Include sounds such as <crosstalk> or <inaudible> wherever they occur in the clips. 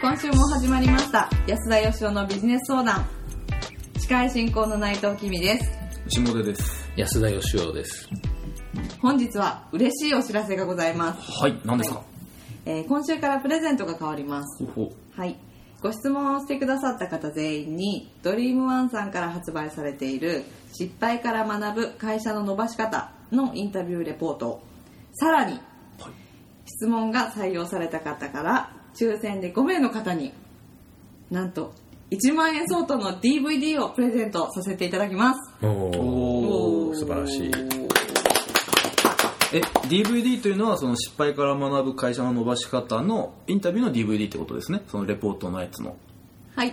今週も始まりました安田義生のビジネス相談司会進行の内藤きみです下出です安田義雄です。本日は嬉しいお知らせがございます、はい何ですか、えー今週からプレゼントが変わりますほほはいご質問をしてくださった方全員にドリームワンさんから発売されている失敗から学ぶ会社の伸ばし方のインタビューレポートさらにはい質問が採用された方から抽選で5名の方になんと1万円相当の DVD をプレゼントさせていただきますおおー素晴らしいえ DVD というのはその失敗から学ぶ会社の伸ばし方のインタビューの DVD ってことですねそのレポートのやつのはい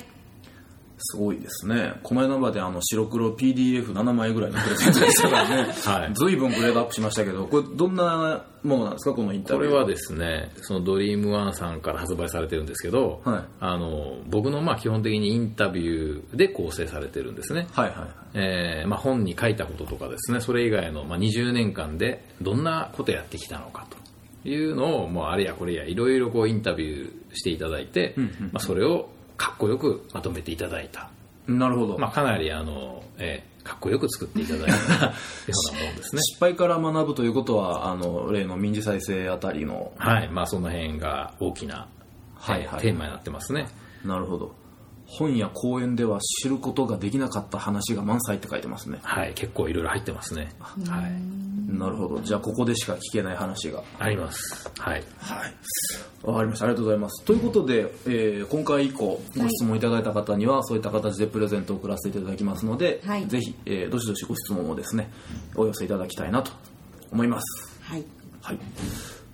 すごいですねこの間まであの白黒 PDF7 枚ぐらいのプレゼントでしたからね、 <laughs> はい随分グレードアップしましたけどこれどんなものなんですかこのインタこビれューはですね、そのドリームワンさんから発売されてるんですけど、はいあの僕のまあ基本的にインタビューで構成されてるんですね。はいはいはいえーまあ、本に書いたこととかですね、それ以外の、まあ、20年間でどんなことやってきたのかというのを、もうあれやこれやいろいろこうインタビューしていただいて、うんうんまあ、それをかっこよくまとめていただいた。なるほど、まあ、かなりあの、えーかっこよく作っていただいたようなも <laughs> んですね。失敗から学ぶということはあの例の民事再生あたりのはい、まあその辺が大きな、はいえーはいテーマになってますね。なるほど本や講演では知ることができなかった話が満載って書いてますねはい、結構いろいろ入ってますね。はい、なるほどじゃあここでしか聞けない話があります。はい、はいわかりましたありがとうございますということで、えー今回以降ご質問いただいた方にはそういった形でプレゼントを送らせていただきますので、はいぜひ、えーどしどしご質問をですねお寄せいただきたいなと思いますはいはい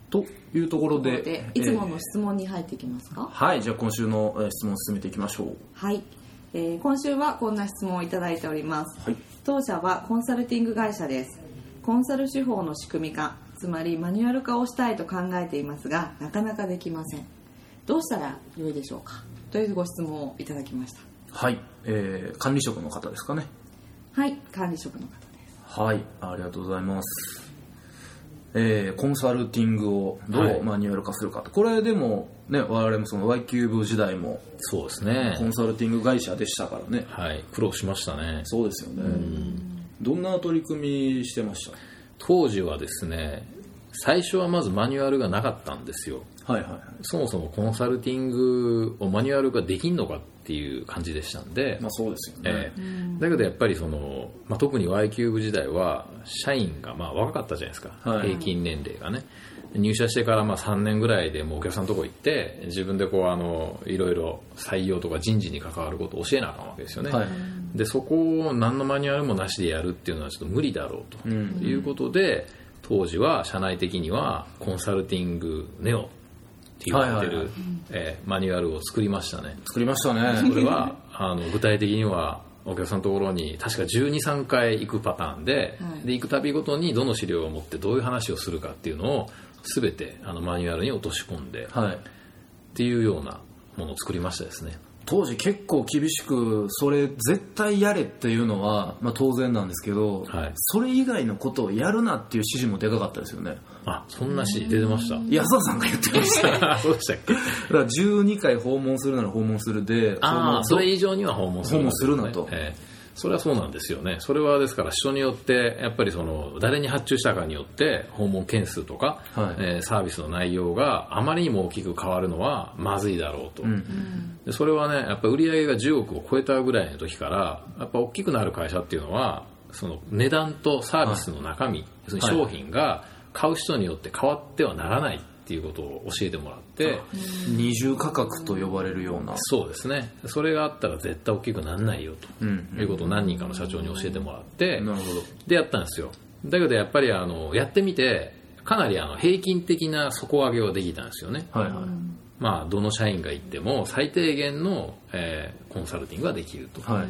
というところででいつもえーの質問に入っていきますか、はいじゃあ今週のえー質問を進めていきましょうはい、えー今週はこんな質問をいただいております、はい当社はコンサルティング会社ですコンサル手法の仕組み化つまりマニュアル化をしたいと考えていますがなかなかできませんどうしたら良いでしょうかというご質問をいただきましたはい、えー管理職の方ですかねはい管理職の方ですはい、ありがとうございます。えーコンサルティングをどはういマニュアル化するかと、これでも、ね、我々もその Y キューブ時代もそうですコねン。サルティング会社でしたからね、はい、苦労しましたね。そうですよね、どんな取り組みしてまし当時はですね、最初はまずマニュアルがなかったんですよ。たはいはいはい、そもそもコンサルティングをマニュアル化できんのかっていう感じでしたんでまあ、、そうですよねえ、えだけどやっぱりその、まあ、特に Y キューブ時代は社員がまあ若かったじゃないですか、はい平均年齢がね入社してからまあ3年ぐらいでもうお客さんのとこ行って自分でこうあのいろいろ採用とか人事に関わることを教えなあかんわけですよね、はいでそこを何のマニュアルもなしでやるっていうのはちょっと無理だろうと、うんいうことで当時は社内的にはコンサルティングネオって言われてる、はいはいえーマニュアルを作りましたね作りましたこれね <laughs> はあの具体的にはお客さんのところに確か1 2 3回行くパターンで,、はいで行くたびごとにどの資料を持ってどういう話をするかっていうのを全てあのマニュアルに落とし込んでっはいていうようなものを作りましたですね当時結構厳しくそれ絶対やれっていうのは、まあ、当然なんですけど、はいそれ以外のことをやるなっていう指示もでかかったですよねあそんなし出てました安田さんが言ってました <laughs> そうでしたっけだから12回訪問するなら訪問するで、ああそそのれ以上には訪問する訪な問するなとええそれはそうなんですよねそれはですから人によってやっぱりその誰に発注したかによって訪問件数とか、はいえーサービスの内容があまりにも大きく変わるのはまずいだろうと、うん、でそれはねやっぱ売り上げが10億を超えたぐらいの時からやっぱ大きくなる会社っていうのはその値段とサービスの中身、要するに商品が買う人によって変わってはならないっていうことを教えてもらって、二重価格と呼ばれるような、そうですねそれがあったら絶対大きくならないよと、うんいうことを何人かの社長に教えてもらって、なるほどでやったんですよだけどやっぱりあのやってみてかなりあの平均的な底上げはできたんですよね、はいはい、まあどの社員が行っても最低限の、えーコンサルティングができると、はい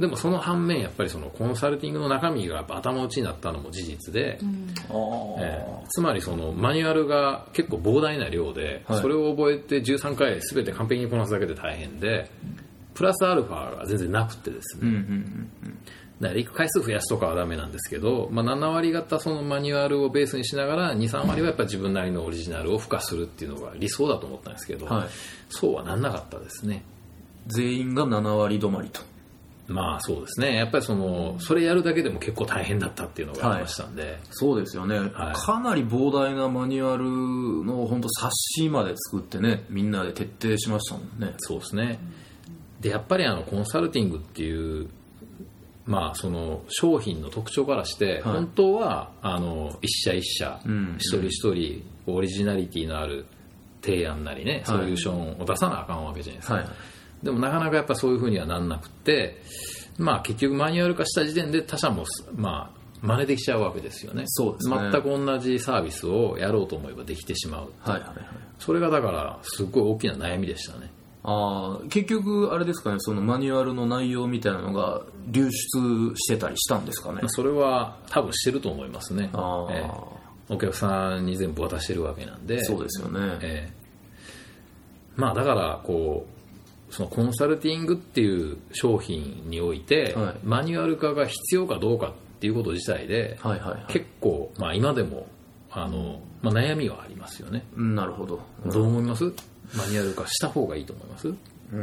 でもその反面やっぱりそのコンサルティングの中身がやっぱ頭打ちになったのも事実で、ああ、えーつまりそのマニュアルが結構膨大な量で、はいそれを覚えて13回全て完璧にこなすだけで大変でプラスアルファが全然なくてですうね、んうんだから行く回数増やすとかはダメなんですけど、まあ、7割方そのマニュアルをベースにしながら23割はやっぱ自分なりのオリジナルを付加するっていうのが理想だと思ったんですけど、はいそうはなんなかったですね全員が7割止まりと。まあそうですねやっぱりそのそれやるだけでも結構大変だったっていうのがありましたんで、そうですよね、いかなり膨大なマニュアルの本当冊子まで作ってねみんなで徹底しましたもんねそうですね。で、やっぱりあの、コンサルティングっていう、まあ、その、商品の特徴からしはて、い本当は、あの、一社一社、うん一人一人、オリジナリティのある提案なりね、ソはいリューションを出さなあかんわけじゃないですか。はいでも、なかなかやっぱそういうふうにはなんなくって、まあ、結局マニュアル化した時点で他社も、まあ、真似できちゃうわけですよね。そうですね全く同じサービスをやろうと思えばできてしまう。はいはいはいそれがだから、すごい大きな悩みでしたね。あー結局あれですかねそのマニュアルの内容みたいなのが流出してたりしたんですかねまあそれは多分してると思いますね、あーええお客さんに全部渡してるわけなんでそうですよねええまあだからこうそのコンサルティングっていう商品において、はいマニュアル化が必要かどうかっていうこと自体で、はいはいはい結構、まあ、今でもあの、まあ、悩みはありますよね、うんなるほどどう思いますマニュアル化した方がいいと思います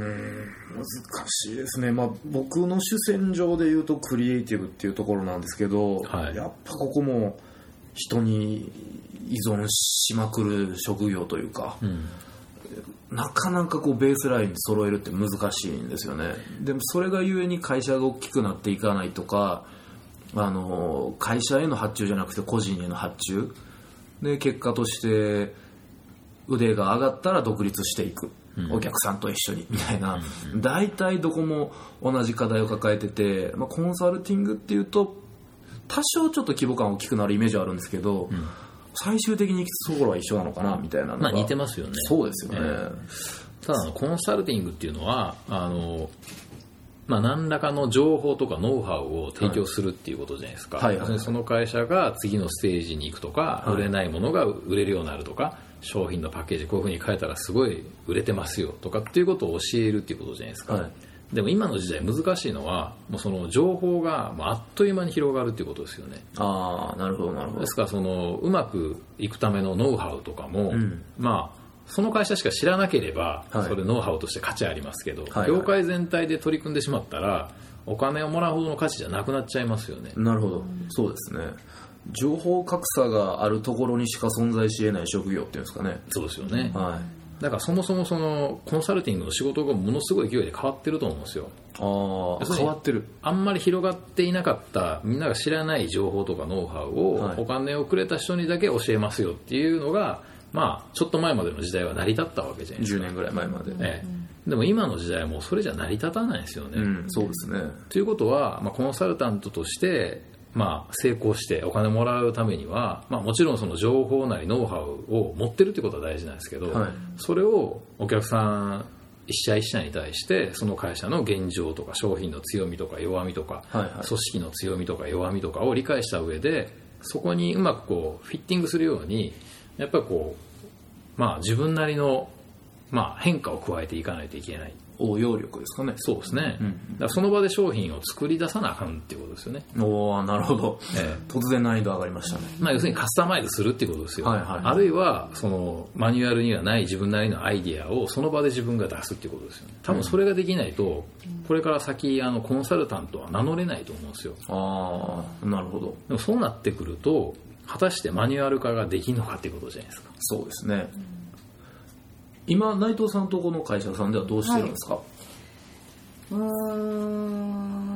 難しいですね、まあ、僕の主戦場でいうとクリエイティブっていうところなんですけど、はいやっぱここも人に依存しまくる職業というか、うんなかなかこうベースライン揃えるって難しいんですよねでもそれがゆえに会社が大きくなっていかないとかあの会社への発注じゃなくて個人への発注で結果として腕が上がったら独立していく、お客さんと一緒にみたいな、大体どこも同じ課題を抱えてて、まあ、コンサルティングっていうと多少ちょっと規模感大きくなるイメージはあるんですけど、最終的に行き着くところは一緒なのかなみたいなのが、まあ似てますよねそうですよね、ただあのコンサルティングっていうのはあの、まあ、何らかの情報とかノウハウを提供するっていうことじゃないですか、はいはいはいでその会社が次のステージに行くとか、はい売れないものが売れるようになるとか商品のパッケージこういうふうに変えたらすごい売れてますよとかっていうことを教えるっていうことじゃないですか、はいでも今の時代難しいのはもうその情報がもうあっという間に広がるっていうことですよねああなるほどなるほどですからそのうまくいくためのノウハウとかも、んまあその会社しか知らなければ、はいそれノウハウとして価値ありますけど、はい業界全体で取り組んでしまったらお金をもらうほどの価値じゃなくなっちゃいますよね、なるほどそうですね情報格差があるところにしか存在し得ない職業っていうんですかねそうですよね、はいだからそもそもそのコンサルティングの仕事がものすごい勢いで変わってると思うんですよあそあう変わってるあんまり広がっていなかったみんなが知らない情報とかノウハウをはいお金をくれた人にだけ教えますよっていうのが、まあちょっと前までの時代は成り立ったわけじゃないですか10年ぐらい前まで、ええ、でも今の時代はもうそれじゃ成り立たないですよね。うんそうですねということは、まあ、コンサルタントとして、まあ、成功してお金もらうためには、まあ、もちろんその情報なりノウハウを持ってるってことは大事なんですけど、はいそれをお客さん一社一社に対してその会社の現状とか商品の強みとか弱みとか、はいはい組織の強みとか弱みとかを理解した上でそこにうまくこうフィッティングするようにやっぱりこう、まあ、自分なりの、まあ、変化を加えていかないといけない応用力ですかねそうですね、うんだからその場で商品を作り出さなあかんっていうことですよね、おおなるほど、え突然難易度上がりましたねまあ、要するにカスタマイズするっていうことですよ、はいはいあるいはそのマニュアルにはない自分なりのアイディアをその場で自分が出すっていうことですよね多分それができないとこれから先あのコンサルタントは名乗れないと思うんですよああなるほどでもそうなってくると果たしてマニュアル化ができるのかっていうことじゃないですかそうですね今内藤さんとこの会社さんではどうしてるんですか、うー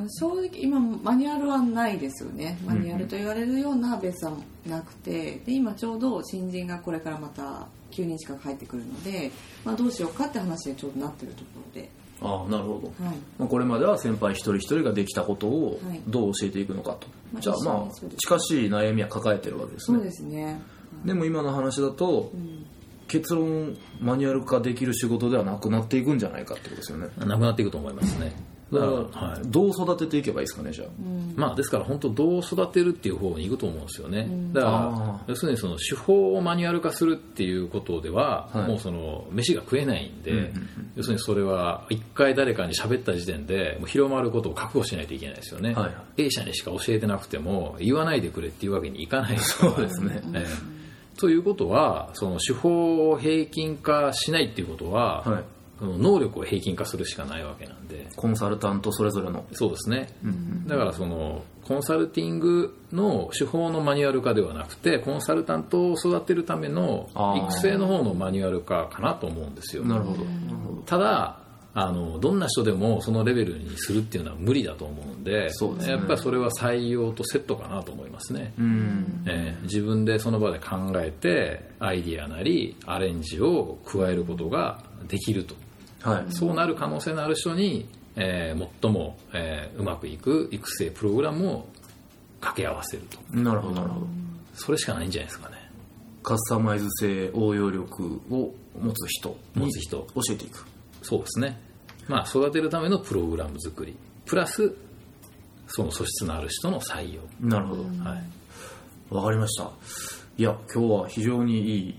ん正直今マニュアルはないですよねマニュアルと言われるようなベースはなくてで今ちょうど新人がこれからまた9人近く入ってくるので、まあ、どうしようかって話でちょうどなってるところで、ああなるほどはい、まあ、これまでは先輩一人一人ができたことをはいどう教えていくのかと、まあじゃあ一緒にまそうですあ近しい悩みは抱えてるわけですそねうですね、でも今の話だとうん、結論マニュアル化できる仕事ではなくなっていくんじゃないかってことですよねなくなっていくと思いますねだから、はいどう育てていけばいいですかねじゃあ、まあ、ですから本当どう育てるっていう方に行くと思うんですよね、だかあら要するにその手法をマニュアル化するっていうことでは、はいもうその飯が食えないんで、要するにそれは一回誰かに喋った時点でもう広まることを覚悟しないといけないですよね、はい A 社にしか教えてなくても言わないでくれっていうわけにいかないそうそうですね、ええということはその手法を平均化しないっていうことは、はい、その能力を平均化するしかないわけなんでコンサルタントそれぞれのそうですね、だからそのコンサルティングの手法のマニュアル化ではなくてコンサルタントを育てるためのあー育成の方のマニュアル化かなと思うんですよなるほどなるほどただあのどんな人でもそのレベルにするっていうのは無理だと思うんでそうですねやっぱりそれは採用とセットかなと思いますね、うんえー自分でその場で考えてアイディアなりアレンジを加えることができるとはいそうなる可能性のある人に、えー最も、えーうまくいく育成プログラムを掛け合わせるとなるほどなるほどそれしかないんじゃないですかねカスタマイズ性応用力を持つ人持につ人教えていくそうですねまあ育てるためのプログラム作りプラスその素質のある人の採用なるほどはいわかりましたいや今日は非常にいい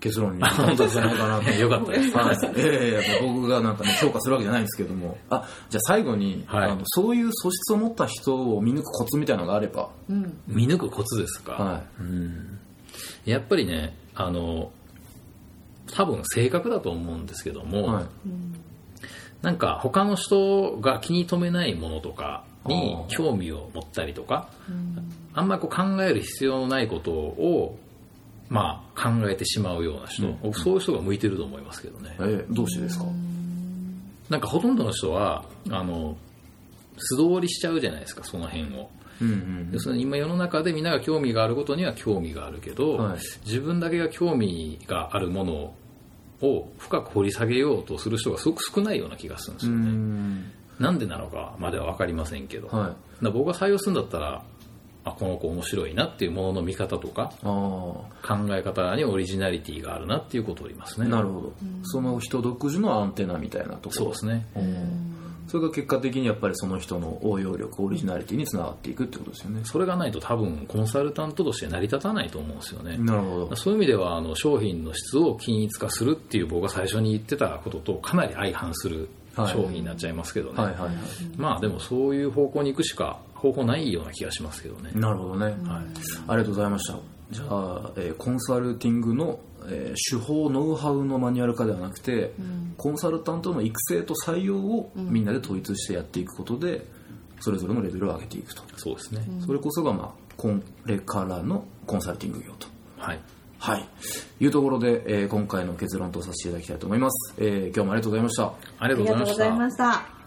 結 <laughs> 論になったんじゃないかなとよかったですはい、ええ僕がなんか、ね、評価するわけじゃないんですけどもあじゃあ最後に、はいあのそういう素質を持った人を見抜くコツみたいなのがあれば、うん見抜くコツですか、はうんやっぱりねあの多分性格だと思うんですけども、いはい、なんか他の人が気に留めないものとかにあー興味を持ったりとかあんまりこう考える必要のないことを、まあ、考えてしまうような人、うんそういう人が向いてると思いますけどね、ええどうしてですか、なんかほとんどの人はあの素通りしちゃうじゃないですかその辺を、うんうん要するに今世の中でみんなが興味があることには興味があるけど、はい自分だけが興味があるものを深く掘り下げようとする人がすごく少ないような気がするんですうよね、んなんでなのかまでは分かりませんけど、はいだから僕が採用するんだったらあこの子面白いなっていうものの見方とかああ考え方にオリジナリティがあるなっていうことを言いますねなるほど、その人独自のアンテナみたいなところそうですねうんそれが結果的にやっぱりその人の応用力オリジナリティにつながっていくってことですよねそれがないと多分コンサルタントとして成り立たないと思うんですよね、なるほどそういう意味ではあの商品の質を均一化するっていう僕が最初に言ってたこととかなり相反する商品になっちゃいますけどね、はいはいはまあでもそういう方向に行くしか方法ないような気がしますけどねいなるほどね、はありがいとうございましたじゃあ、えーコンサルティングの、えー手法ノウハウのマニュアル化ではなくて、コンサルタントの育成と採用をみんなで統一してやっていくことで、それぞれのレベルを上げていくと、そうですね、それこそが、まあ、こんこれからのコンサルティング業とはいはいいうところで、えー今回の結論とさせていただきたいと思います、えー今日もありがとうございましたありがとうございましたした